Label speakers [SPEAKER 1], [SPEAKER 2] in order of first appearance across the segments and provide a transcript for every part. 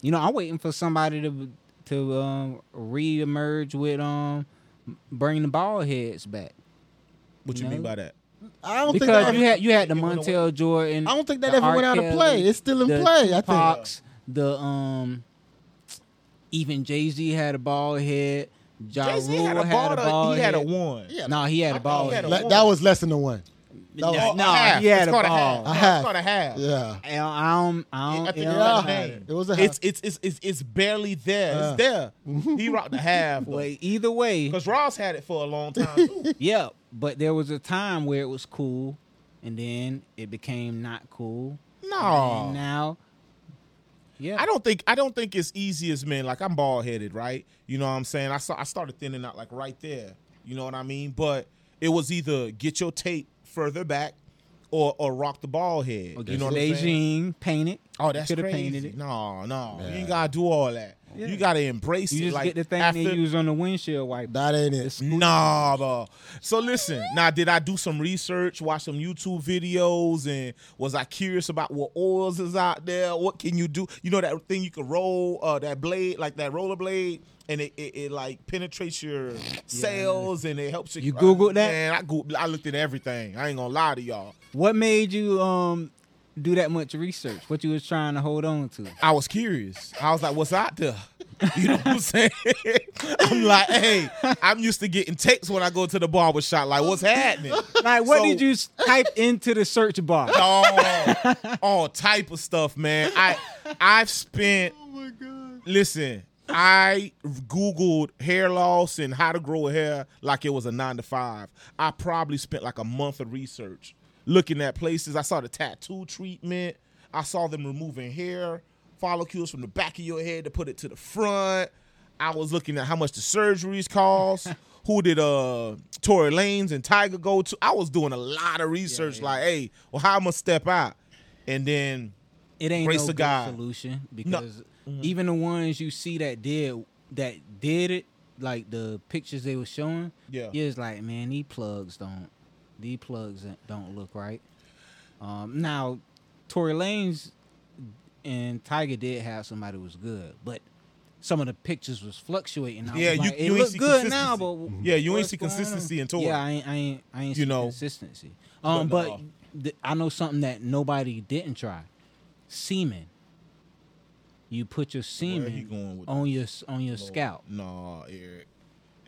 [SPEAKER 1] You know, I'm waiting for somebody to to um, reemerge with um bring the bald heads back.
[SPEAKER 2] What you
[SPEAKER 1] No.
[SPEAKER 2] mean by that?
[SPEAKER 3] I don't think
[SPEAKER 1] Because
[SPEAKER 3] that,
[SPEAKER 1] you had you had the
[SPEAKER 2] It went away.
[SPEAKER 1] Montel Jordan.
[SPEAKER 3] I don't think that
[SPEAKER 1] the
[SPEAKER 3] ever
[SPEAKER 1] R.
[SPEAKER 3] went out of
[SPEAKER 1] Kelly,
[SPEAKER 3] play. It's still in
[SPEAKER 1] the
[SPEAKER 3] play. I think.
[SPEAKER 1] Tupacs, the um, even Jay Z had a bald head. Ja
[SPEAKER 2] Jay Z had
[SPEAKER 1] Rule
[SPEAKER 2] a ball.
[SPEAKER 1] a bald
[SPEAKER 2] He had a
[SPEAKER 1] head.
[SPEAKER 2] one.
[SPEAKER 3] Yeah,
[SPEAKER 1] No, he had a
[SPEAKER 2] thought he
[SPEAKER 1] bald head.
[SPEAKER 2] had a
[SPEAKER 3] Le- that was less than the one. That was-
[SPEAKER 2] No,
[SPEAKER 1] No,
[SPEAKER 2] a half.
[SPEAKER 1] he had
[SPEAKER 2] it's
[SPEAKER 1] a
[SPEAKER 2] called
[SPEAKER 1] ball.
[SPEAKER 2] a half.
[SPEAKER 3] A
[SPEAKER 2] No,
[SPEAKER 3] half.
[SPEAKER 2] It's called a half.
[SPEAKER 3] Yeah,
[SPEAKER 1] And I don't, I don't,
[SPEAKER 2] I think
[SPEAKER 1] it don't
[SPEAKER 2] it was
[SPEAKER 1] matter.
[SPEAKER 2] half.
[SPEAKER 3] it was a half.
[SPEAKER 2] It's it's it's it's, it's barely there.
[SPEAKER 3] Yeah.
[SPEAKER 2] It's there. he rocked the half.
[SPEAKER 1] Well, either way,
[SPEAKER 2] Because Ross had it for a long time too.
[SPEAKER 1] yeah. But there was a time where it was cool, and then it became not cool. And
[SPEAKER 2] no.
[SPEAKER 1] now, yeah,
[SPEAKER 2] I don't think I don't think it's easy as men. Like I'm bald headed, right? You know what I'm saying? I saw I started thinning out like right there. You know what I mean? But it was either get your tape further back or or rock the ball head.
[SPEAKER 1] Or get
[SPEAKER 2] You know
[SPEAKER 1] your
[SPEAKER 2] what I'm saying?
[SPEAKER 1] Beijing painted.
[SPEAKER 2] Oh, that's
[SPEAKER 1] Coulda
[SPEAKER 2] crazy.
[SPEAKER 1] painted it.
[SPEAKER 2] No, no, you
[SPEAKER 3] Yeah.
[SPEAKER 2] ain't gotta do all that.
[SPEAKER 1] Yeah.
[SPEAKER 2] You gotta embrace
[SPEAKER 1] You
[SPEAKER 2] it.
[SPEAKER 1] just
[SPEAKER 2] like
[SPEAKER 1] get the thing
[SPEAKER 2] after,
[SPEAKER 1] they use on the windshield wiper.
[SPEAKER 3] that ain't it.
[SPEAKER 2] Nah, bro. So listen, now did I do some research, watch some YouTube videos, and was I curious about what oils is out there? What can you do? You know that thing you can roll, uh, that blade, like that roller blade, and it, it, it like penetrates your cells and it helps you.
[SPEAKER 1] You Googled that?
[SPEAKER 2] Man, I Googled, I looked at everything. I ain't gonna lie to y'all.
[SPEAKER 1] What made you um do that much research? What you was trying to hold on to?
[SPEAKER 2] I was curious. I was like, what's out there? You know what I'm saying? I'm like, hey, I'm used to getting tapes when I go to the barber shop. Like, what's happening?
[SPEAKER 1] Like, what
[SPEAKER 2] So-
[SPEAKER 1] did you s- type into the search bar?
[SPEAKER 2] all, all type of stuff, man. I I've spent. Oh my god! Listen, I googled hair loss and how to grow hair like it was a nine to five. I probably spent like a month of research looking at places. I saw the tattoo treatment. I saw them removing hair follicles from the back of your head to put it to the front. I was looking at how much the surgeries cost. Who did uh Tory Lanez and Tiger go to? I was doing a lot of research. Like, hey, well, how I'm gonna step out? And then
[SPEAKER 1] It ain't
[SPEAKER 2] Grace
[SPEAKER 1] no good
[SPEAKER 2] of God. Mm-hmm.
[SPEAKER 1] solution because even the ones you see that did that did it, like the pictures they were showing,
[SPEAKER 2] Yeah.
[SPEAKER 1] you it's like, man, these plugs don't, these plugs don't look right. Um, now, Tory Lanez and Tiger did have somebody who was good, but some of the pictures was fluctuating. I was
[SPEAKER 2] Yeah, you-
[SPEAKER 1] like,
[SPEAKER 2] you
[SPEAKER 1] it
[SPEAKER 2] ain't
[SPEAKER 1] look
[SPEAKER 2] see
[SPEAKER 1] good now, but
[SPEAKER 2] consistency. Mm-hmm. Yeah, you ain't
[SPEAKER 1] what's
[SPEAKER 2] see
[SPEAKER 1] going on?
[SPEAKER 2] consistency in Tory.
[SPEAKER 1] Yeah, I ain't, I ain't, I ain't
[SPEAKER 2] You
[SPEAKER 1] see
[SPEAKER 2] know.
[SPEAKER 1] consistency. Um,
[SPEAKER 2] But
[SPEAKER 1] but,
[SPEAKER 2] no.
[SPEAKER 1] th- I know something that nobody didn't try: semen. You put your
[SPEAKER 2] where he
[SPEAKER 1] semen
[SPEAKER 2] going with
[SPEAKER 1] on your s- on your scalp.
[SPEAKER 2] No, Eric.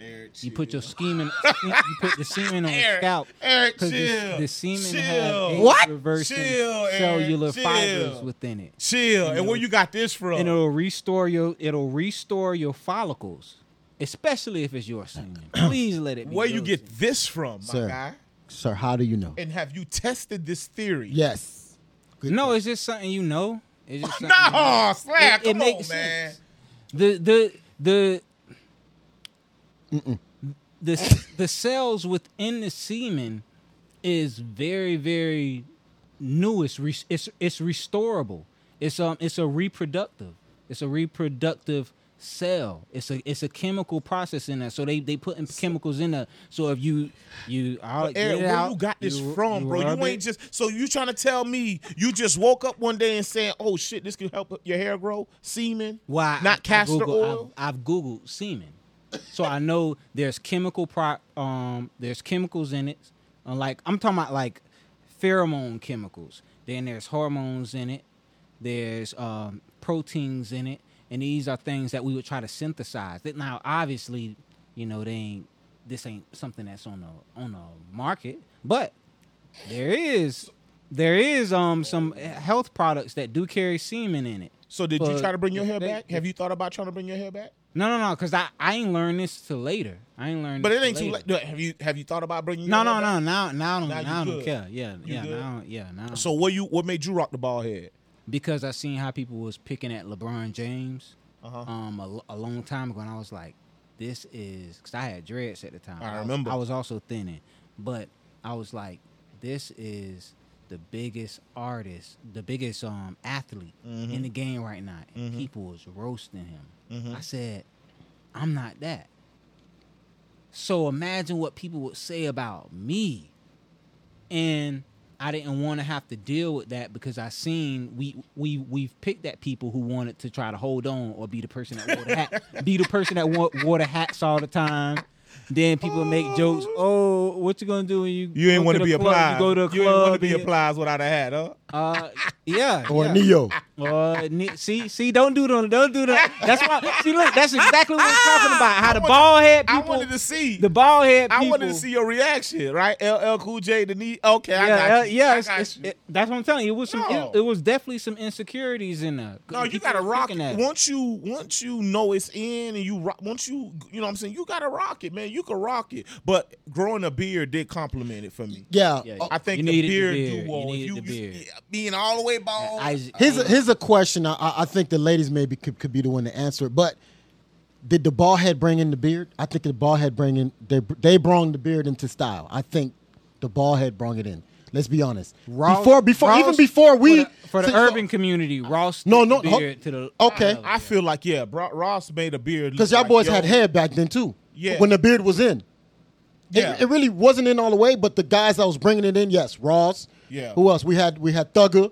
[SPEAKER 2] Eric,
[SPEAKER 1] You put your
[SPEAKER 2] chill.
[SPEAKER 1] semen, you put the semen on your
[SPEAKER 2] Eric,
[SPEAKER 1] scalp
[SPEAKER 2] Eric,
[SPEAKER 1] because the,
[SPEAKER 2] chill.
[SPEAKER 1] the semen
[SPEAKER 2] chill.
[SPEAKER 1] has
[SPEAKER 2] what?
[SPEAKER 1] reversing
[SPEAKER 2] Chill, Eric,
[SPEAKER 1] cellular
[SPEAKER 2] chill.
[SPEAKER 1] fibers within it.
[SPEAKER 2] Chill. And where you got this from?
[SPEAKER 1] and it'll restore your it'll restore your follicles, especially if it's your semen. Please let it. Be
[SPEAKER 2] where you
[SPEAKER 1] yours.
[SPEAKER 2] get this from, my
[SPEAKER 3] Sir.
[SPEAKER 2] guy?
[SPEAKER 3] Sir, how do you know?
[SPEAKER 2] And have you tested this theory?
[SPEAKER 3] Yes. Good
[SPEAKER 1] No,
[SPEAKER 3] question.
[SPEAKER 1] it's just something you know. It's just something you know.
[SPEAKER 2] No, slap.
[SPEAKER 1] It- it
[SPEAKER 2] Come on,
[SPEAKER 1] makes
[SPEAKER 2] man.
[SPEAKER 1] sense. the the the the s- the cells within the semen is very very new. It's re, it's it's restorable. It's um it's a reproductive. It's a reproductive cell. It's a it's a chemical process in there. So they they putting chemicals in there. So if you you all get
[SPEAKER 2] Eric,
[SPEAKER 1] it
[SPEAKER 2] where
[SPEAKER 1] out,
[SPEAKER 2] you got this
[SPEAKER 1] you-
[SPEAKER 2] from, bro?
[SPEAKER 1] rub
[SPEAKER 2] You
[SPEAKER 1] it.
[SPEAKER 2] ain't just so you trying to tell me you just woke up one day and saying, "Oh shit, this could help your hair grow." Semen,
[SPEAKER 1] Why?
[SPEAKER 2] Not castor
[SPEAKER 1] Googled-
[SPEAKER 2] oil.
[SPEAKER 1] I've, I've googled semen, so I know there's chemical pro. Um, there's chemicals in it. Uh, Like I'm talking about like pheromone chemicals. Then there's hormones in it. There's um, proteins in it, and these are things that we would try to synthesize. That now, obviously, you know, they ain't. This ain't something that's on the on the market, but there is there is um some health products that do carry semen in it.
[SPEAKER 2] So did you
[SPEAKER 1] But
[SPEAKER 2] try to bring your hair
[SPEAKER 1] they-
[SPEAKER 2] back? Have you thought about trying to bring your hair back?
[SPEAKER 1] No, no, no, because I, I ain't learned this till later. I ain't learned.
[SPEAKER 2] But
[SPEAKER 1] this
[SPEAKER 2] it ain't
[SPEAKER 1] till
[SPEAKER 2] too
[SPEAKER 1] later.
[SPEAKER 2] late. No, Have you have you thought about bringing?
[SPEAKER 1] No,
[SPEAKER 2] your
[SPEAKER 1] no,
[SPEAKER 2] hair
[SPEAKER 1] no. Now,
[SPEAKER 2] back?
[SPEAKER 1] now I don't,
[SPEAKER 2] Now
[SPEAKER 1] now,
[SPEAKER 2] you
[SPEAKER 1] I don't
[SPEAKER 2] good.
[SPEAKER 1] care. Yeah,
[SPEAKER 2] You
[SPEAKER 1] yeah,
[SPEAKER 2] good.
[SPEAKER 1] now, yeah, now.
[SPEAKER 2] So what you what made you rock the bald head?
[SPEAKER 1] because I seen how people was picking at LeBron James,
[SPEAKER 2] Uh-huh.
[SPEAKER 1] um, a, lo- a long time ago, and I was like, this is because I had dreads at the time.
[SPEAKER 2] I
[SPEAKER 1] was-
[SPEAKER 2] remember.
[SPEAKER 1] I was also thinning, but I was like, this is the biggest artist, the biggest um athlete
[SPEAKER 2] Mm-hmm.
[SPEAKER 1] in the game right now. And people was roasting him. I said, I'm not that. So imagine what people would say about me. And I didn't want to have to deal with that because I seen we we we've picked at people who wanted to try to hold on or be the person that wore the hat, be the person that wore, wore the hats all the time. Then people make jokes. Oh, what you gonna do when you
[SPEAKER 2] You ain't
[SPEAKER 1] want
[SPEAKER 2] want to be applied.
[SPEAKER 1] You go to a
[SPEAKER 2] ain't want to
[SPEAKER 1] club.
[SPEAKER 2] be
[SPEAKER 1] and-
[SPEAKER 2] applied without a hat, huh?
[SPEAKER 1] Uh, yeah.
[SPEAKER 3] Or
[SPEAKER 1] yeah.
[SPEAKER 3] Neo.
[SPEAKER 1] Uh, ne- see, see, don't do them. Don't do them. That's why. See, look, that's exactly what I'm talking about. How the
[SPEAKER 2] wanted-
[SPEAKER 1] bald head
[SPEAKER 2] I
[SPEAKER 1] people,
[SPEAKER 2] wanted to see.
[SPEAKER 1] the bald head people.
[SPEAKER 2] I wanted to see your reaction, right? LL Cool J, the knee. Okay, I
[SPEAKER 1] Yeah, uh,
[SPEAKER 2] got you.
[SPEAKER 1] yeah.
[SPEAKER 2] I
[SPEAKER 1] it's-
[SPEAKER 2] got
[SPEAKER 1] it's-
[SPEAKER 2] you.
[SPEAKER 1] it- that's what I'm telling you. It was some.
[SPEAKER 2] No.
[SPEAKER 1] It, it was definitely some insecurities in there.
[SPEAKER 2] No, you
[SPEAKER 1] People
[SPEAKER 2] gotta
[SPEAKER 1] were
[SPEAKER 2] rock
[SPEAKER 1] thinking
[SPEAKER 2] it.
[SPEAKER 1] that.
[SPEAKER 2] Once you once you know it's in and you rock, once you you know what I'm saying, you gotta rock it, man. You can rock it. But growing a beard did compliment it for me.
[SPEAKER 3] Yeah.
[SPEAKER 1] Yeah,
[SPEAKER 3] uh,
[SPEAKER 2] I think
[SPEAKER 1] You
[SPEAKER 2] the
[SPEAKER 1] needed the
[SPEAKER 2] beard,
[SPEAKER 1] beard.
[SPEAKER 2] you
[SPEAKER 1] You
[SPEAKER 2] wore,
[SPEAKER 1] needed the
[SPEAKER 2] you, you-
[SPEAKER 1] beard.
[SPEAKER 2] being all the way bald.
[SPEAKER 1] Isaac-
[SPEAKER 3] Here's a, here's a question. I- I, I think the ladies maybe could, could be the one to answer it. But did the bald head bring in the beard? I think the bald head bring in they they brought the beard into style. I think the bald head brought it in. Let's be honest.
[SPEAKER 1] Ross-
[SPEAKER 3] before before even
[SPEAKER 1] Ross-
[SPEAKER 3] before we
[SPEAKER 1] for the, for the
[SPEAKER 3] so- so-
[SPEAKER 1] urban community, Ross.
[SPEAKER 3] No,
[SPEAKER 1] took
[SPEAKER 3] no,
[SPEAKER 1] the
[SPEAKER 3] ho-
[SPEAKER 1] beard to the
[SPEAKER 3] okay.
[SPEAKER 1] level.
[SPEAKER 2] I feel like yeah, bro, Ross made a beard
[SPEAKER 3] Because
[SPEAKER 2] look
[SPEAKER 3] y'all
[SPEAKER 2] like,
[SPEAKER 3] boys
[SPEAKER 2] yo,
[SPEAKER 3] had hair back then too.
[SPEAKER 2] Yeah.
[SPEAKER 3] When the beard was in. It-
[SPEAKER 2] Yeah.
[SPEAKER 3] It, really wasn't in all the way, but the guys that was bringing it in, yes, Ross.
[SPEAKER 2] Yeah.
[SPEAKER 3] Who else? We had we had Thugger,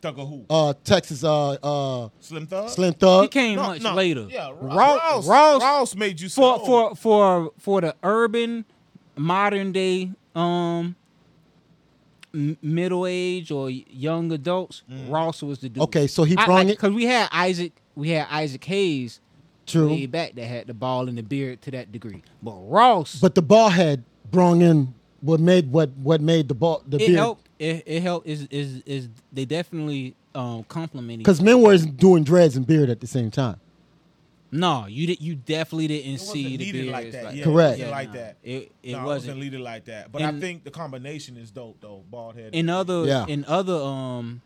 [SPEAKER 2] Thug or who?
[SPEAKER 3] uh, Texas, uh, uh,
[SPEAKER 2] Slim Thug.
[SPEAKER 3] Slim Thug.
[SPEAKER 1] He came
[SPEAKER 2] No,
[SPEAKER 1] much
[SPEAKER 2] no,
[SPEAKER 1] later.
[SPEAKER 2] Yeah, Ro-
[SPEAKER 1] Ro-
[SPEAKER 2] Ross.
[SPEAKER 1] Ross-
[SPEAKER 2] Ross made you
[SPEAKER 1] for
[SPEAKER 2] slow.
[SPEAKER 1] for for for the urban modern day um m- middle age or young adults
[SPEAKER 2] Mm.
[SPEAKER 1] ross was the dude
[SPEAKER 3] Okay, so he brung it-
[SPEAKER 1] because we had isaac we had isaac hayes
[SPEAKER 3] True.
[SPEAKER 1] way back that had the ball and the beard to that degree but ross
[SPEAKER 3] But the ball head brought in what made what what made the ball the
[SPEAKER 1] it
[SPEAKER 3] beard.
[SPEAKER 1] helped it, it helped is is is they definitely um complimented
[SPEAKER 3] Because men were doing dreads and beard at the same time.
[SPEAKER 1] no you did you definitely didn't
[SPEAKER 2] It wasn't
[SPEAKER 1] see the
[SPEAKER 2] needed
[SPEAKER 1] beard
[SPEAKER 2] like that. Yeah,
[SPEAKER 3] Correct.
[SPEAKER 2] It wasn't like that.
[SPEAKER 1] it, it
[SPEAKER 2] No, it
[SPEAKER 1] wasn't
[SPEAKER 2] wasn't leaded like that. But I
[SPEAKER 1] And-
[SPEAKER 2] think the combination is dope though. Bald head.
[SPEAKER 1] in other
[SPEAKER 3] Yeah.
[SPEAKER 1] in other um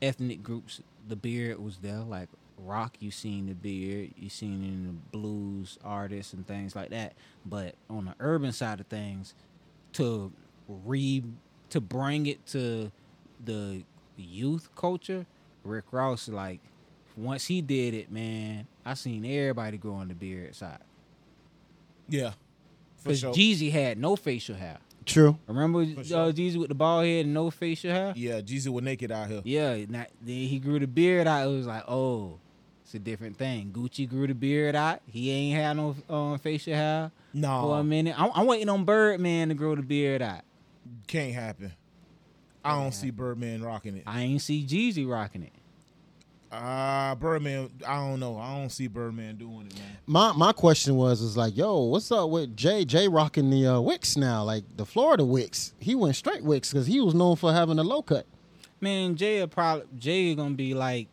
[SPEAKER 1] ethnic groups the beard was there like rock you seen the beard you seen it in the blues artists and things like that but on the urban side of things to re to bring it to the youth culture rick ross like once he did it man i seen everybody growing the beard side
[SPEAKER 2] yeah. For
[SPEAKER 1] because
[SPEAKER 2] sure.
[SPEAKER 1] jeezy had no facial hair
[SPEAKER 3] True.
[SPEAKER 1] remember
[SPEAKER 2] For
[SPEAKER 1] uh,
[SPEAKER 2] sure.
[SPEAKER 1] jeezy with the bald head and no facial hair
[SPEAKER 2] yeah, Jeezy was naked out here.
[SPEAKER 1] yeah, and that- then he grew the beard out. It was like, oh, it's a different thing. Gucci grew the beard out. He ain't had no um, facial hair
[SPEAKER 2] No,
[SPEAKER 1] for a minute. I'm, I'm waiting on Birdman to grow the beard out.
[SPEAKER 2] can't happen. I don't see Birdman rocking it.
[SPEAKER 1] I ain't see Jeezy rocking it.
[SPEAKER 2] Uh Birdman, I don't know. I don't see Birdman doing it, man.
[SPEAKER 3] My my question was was like, yo, what's up with Jay Jay rocking the uh, wicks now, like the Florida wicks. He went straight wicks because he was known for having a low cut.
[SPEAKER 1] Man, Jay will probably Jay gonna be like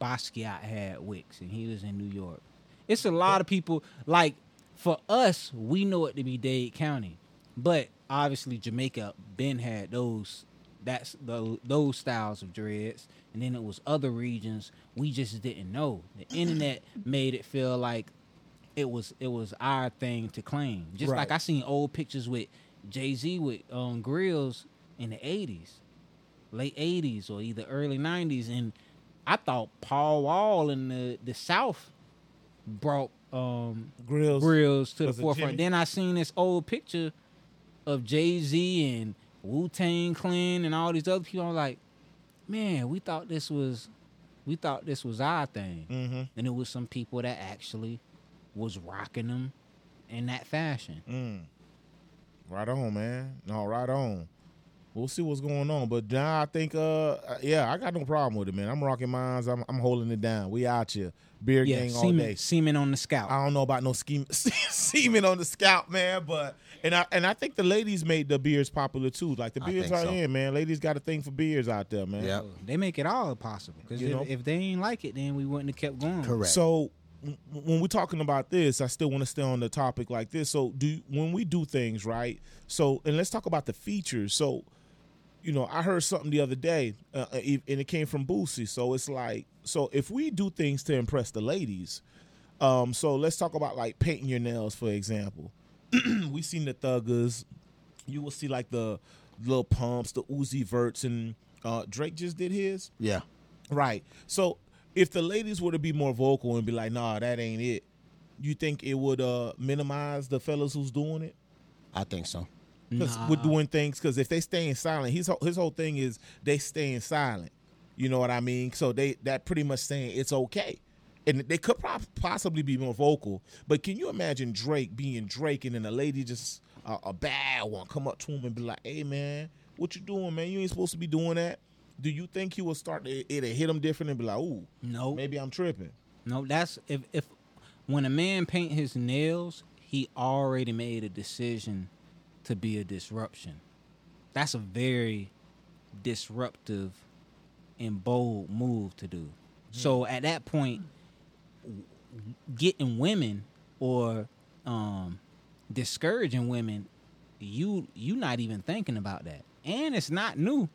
[SPEAKER 1] Basquiat had Wicks, and he was in New York. It's a lot of people like for us. We know it to be Dade County, but obviously Jamaica Ben had those. That's the those styles of dreads, and then it was other regions we just didn't know. The internet made it feel like it was it was our thing to claim. Just
[SPEAKER 2] Right.
[SPEAKER 1] like I seen old pictures with Jay Z with um, grills in the eighties late eighties or either early nineties, and I thought Paul Wall in the the South brought um,
[SPEAKER 2] Grills.
[SPEAKER 1] grills to the
[SPEAKER 2] was it Jimmy?
[SPEAKER 1] forefront. Then I seen this old picture of Jay Z and Wu Tang Clan and all these other people. I'm like, man, we thought this was we thought this was our thing,
[SPEAKER 2] Mhm.
[SPEAKER 1] and it was some people that actually was rocking them in that fashion.
[SPEAKER 2] Mm. Right on, man. No, right on. We'll see what's going on, but now I think, uh, yeah, I got no problem with it, man. I'm rocking mines. I'm, I'm holding it down. We out here, beer
[SPEAKER 1] Yeah,
[SPEAKER 2] gang all day.
[SPEAKER 1] semen, semen on the scalp.
[SPEAKER 2] I don't know about no scheme, semen on the scalp, man. But and I and I think the ladies made the beards popular too. Like the
[SPEAKER 3] I
[SPEAKER 2] beards
[SPEAKER 3] think
[SPEAKER 2] are
[SPEAKER 3] so.
[SPEAKER 2] in, man. Ladies got a thing for beards out there, man.
[SPEAKER 3] Yeah.
[SPEAKER 1] Uh, They make it all possible because
[SPEAKER 2] You
[SPEAKER 1] if,
[SPEAKER 2] know?
[SPEAKER 1] if they ain't like it, then we wouldn't have kept going.
[SPEAKER 3] Correct.
[SPEAKER 2] So w- when we're talking about this, I still want to stay on the topic like this. So do when we do things right. So and let's talk about the features. So you know, I heard something the other day, uh, uh, e- and it came from Boosie. So it's like, so if we do things to impress the ladies, um, so let's talk about like painting your nails, for example. we seen the thuggers. You will see like the little pumps, the Uzi verts, and uh, Drake just did his.
[SPEAKER 3] yeah.
[SPEAKER 2] Right. So if the ladies were to be more vocal and be like, nah, that ain't it, you think it would uh minimize the fellas who's doing it?
[SPEAKER 3] I think so.
[SPEAKER 2] because we're doing things. Because if they staying silent, his whole, his whole thing is they staying silent. You know what I mean? So they that pretty much saying it's okay, and they could prob- possibly be more vocal. But can you imagine Drake being Drake and then a lady just a a bad one come up to him and be like, "Hey man, what you doing, man? You ain't supposed to be doing that." Do you think he will start to it'll hit him different and be like, "Ooh,
[SPEAKER 1] No.
[SPEAKER 2] maybe I'm tripping."
[SPEAKER 1] No, that's if if when a man paint his nails, he already made a decision to be a disruption. That's a very disruptive and bold move to do.
[SPEAKER 2] Mm-hmm.
[SPEAKER 1] So at that point, w- getting women or um, discouraging women, you you not even thinking about that, and it's not new.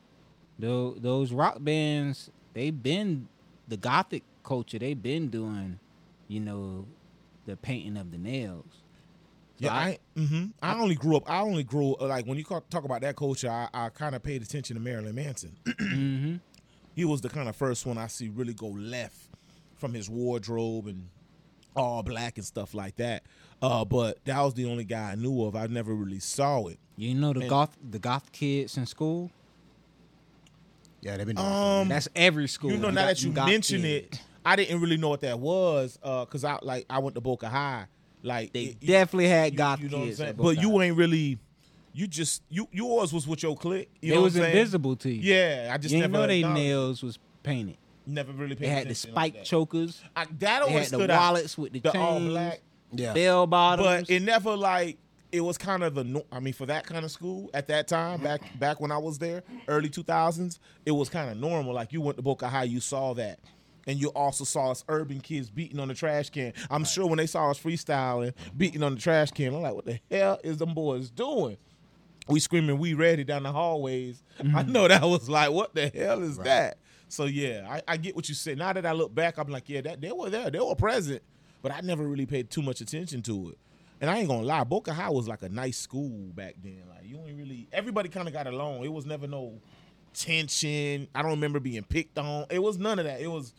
[SPEAKER 1] Tho- those rock bands they've been the gothic culture they've been doing you know the painting of the nails So
[SPEAKER 2] Yeah, I hmm I only grew up. I only grew uh, like when you ca- talk about that culture. I, I kind of paid attention to Marilyn Manson. Mm-hmm.
[SPEAKER 1] mhm.
[SPEAKER 2] he was the kind of first one I see really go left from his wardrobe and all black and stuff like that. Uh, but that was the only guy I knew of. I never really saw it.
[SPEAKER 1] you know the
[SPEAKER 2] And-
[SPEAKER 1] goth the goth kids in school
[SPEAKER 3] Yeah, they've been. doing
[SPEAKER 2] Um,
[SPEAKER 1] that's every school
[SPEAKER 2] you know, now
[SPEAKER 1] got
[SPEAKER 2] that you
[SPEAKER 1] them goth
[SPEAKER 2] mention
[SPEAKER 1] kids.
[SPEAKER 2] it, I didn't really know what that was because I like I went to Boca High. Like
[SPEAKER 1] they
[SPEAKER 2] it- you-
[SPEAKER 1] definitely had
[SPEAKER 2] you-
[SPEAKER 1] goth
[SPEAKER 2] you know what I'm
[SPEAKER 1] kids
[SPEAKER 2] saying?
[SPEAKER 1] at
[SPEAKER 2] but
[SPEAKER 1] Buckeye.
[SPEAKER 2] you ain't really. You just you yours was with your clique. You
[SPEAKER 1] they
[SPEAKER 2] know
[SPEAKER 1] was
[SPEAKER 2] what I'm saying?
[SPEAKER 1] invisible to you
[SPEAKER 2] Yeah, I just
[SPEAKER 1] you didn't
[SPEAKER 2] never
[SPEAKER 1] know they
[SPEAKER 2] acknowledged-
[SPEAKER 1] nails was painted
[SPEAKER 2] Never really paid
[SPEAKER 1] they had the
[SPEAKER 2] attention
[SPEAKER 1] spike
[SPEAKER 2] like that.
[SPEAKER 1] chokers
[SPEAKER 2] I, that
[SPEAKER 1] they
[SPEAKER 2] always
[SPEAKER 1] had the
[SPEAKER 2] stood out.
[SPEAKER 1] wallets with the,
[SPEAKER 2] The
[SPEAKER 1] chains,
[SPEAKER 2] all black.
[SPEAKER 3] Yeah.
[SPEAKER 1] bell bottoms
[SPEAKER 2] but it never like it was kind of the no- I mean for that kind of school at that time back back when I was there early 2000s it was kind of normal like you went to Boca High you saw that and you also saw us urban kids beating on the trash can I'm sure when they saw us freestyling beating on the trash can I'm like what the hell is them boys doing we screaming we ready down the hallways I know that was like what the hell is that so yeah I, I get what you said now that I look back I'm like yeah that they were there they were present but I never really paid too much attention to it and I ain't gonna lie, Boca High was like a nice school back then. Like you ain't really everybody kind of got along. It was never no tension. I don't remember being picked on. It was none of that. It was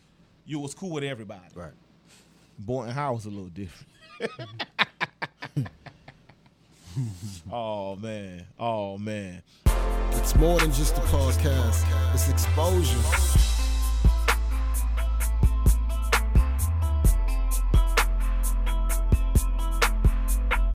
[SPEAKER 2] you was cool with everybody.
[SPEAKER 3] Right.
[SPEAKER 2] Boynton High was a little different. oh man. Oh man.
[SPEAKER 4] It's more than just a podcast, it's exposure.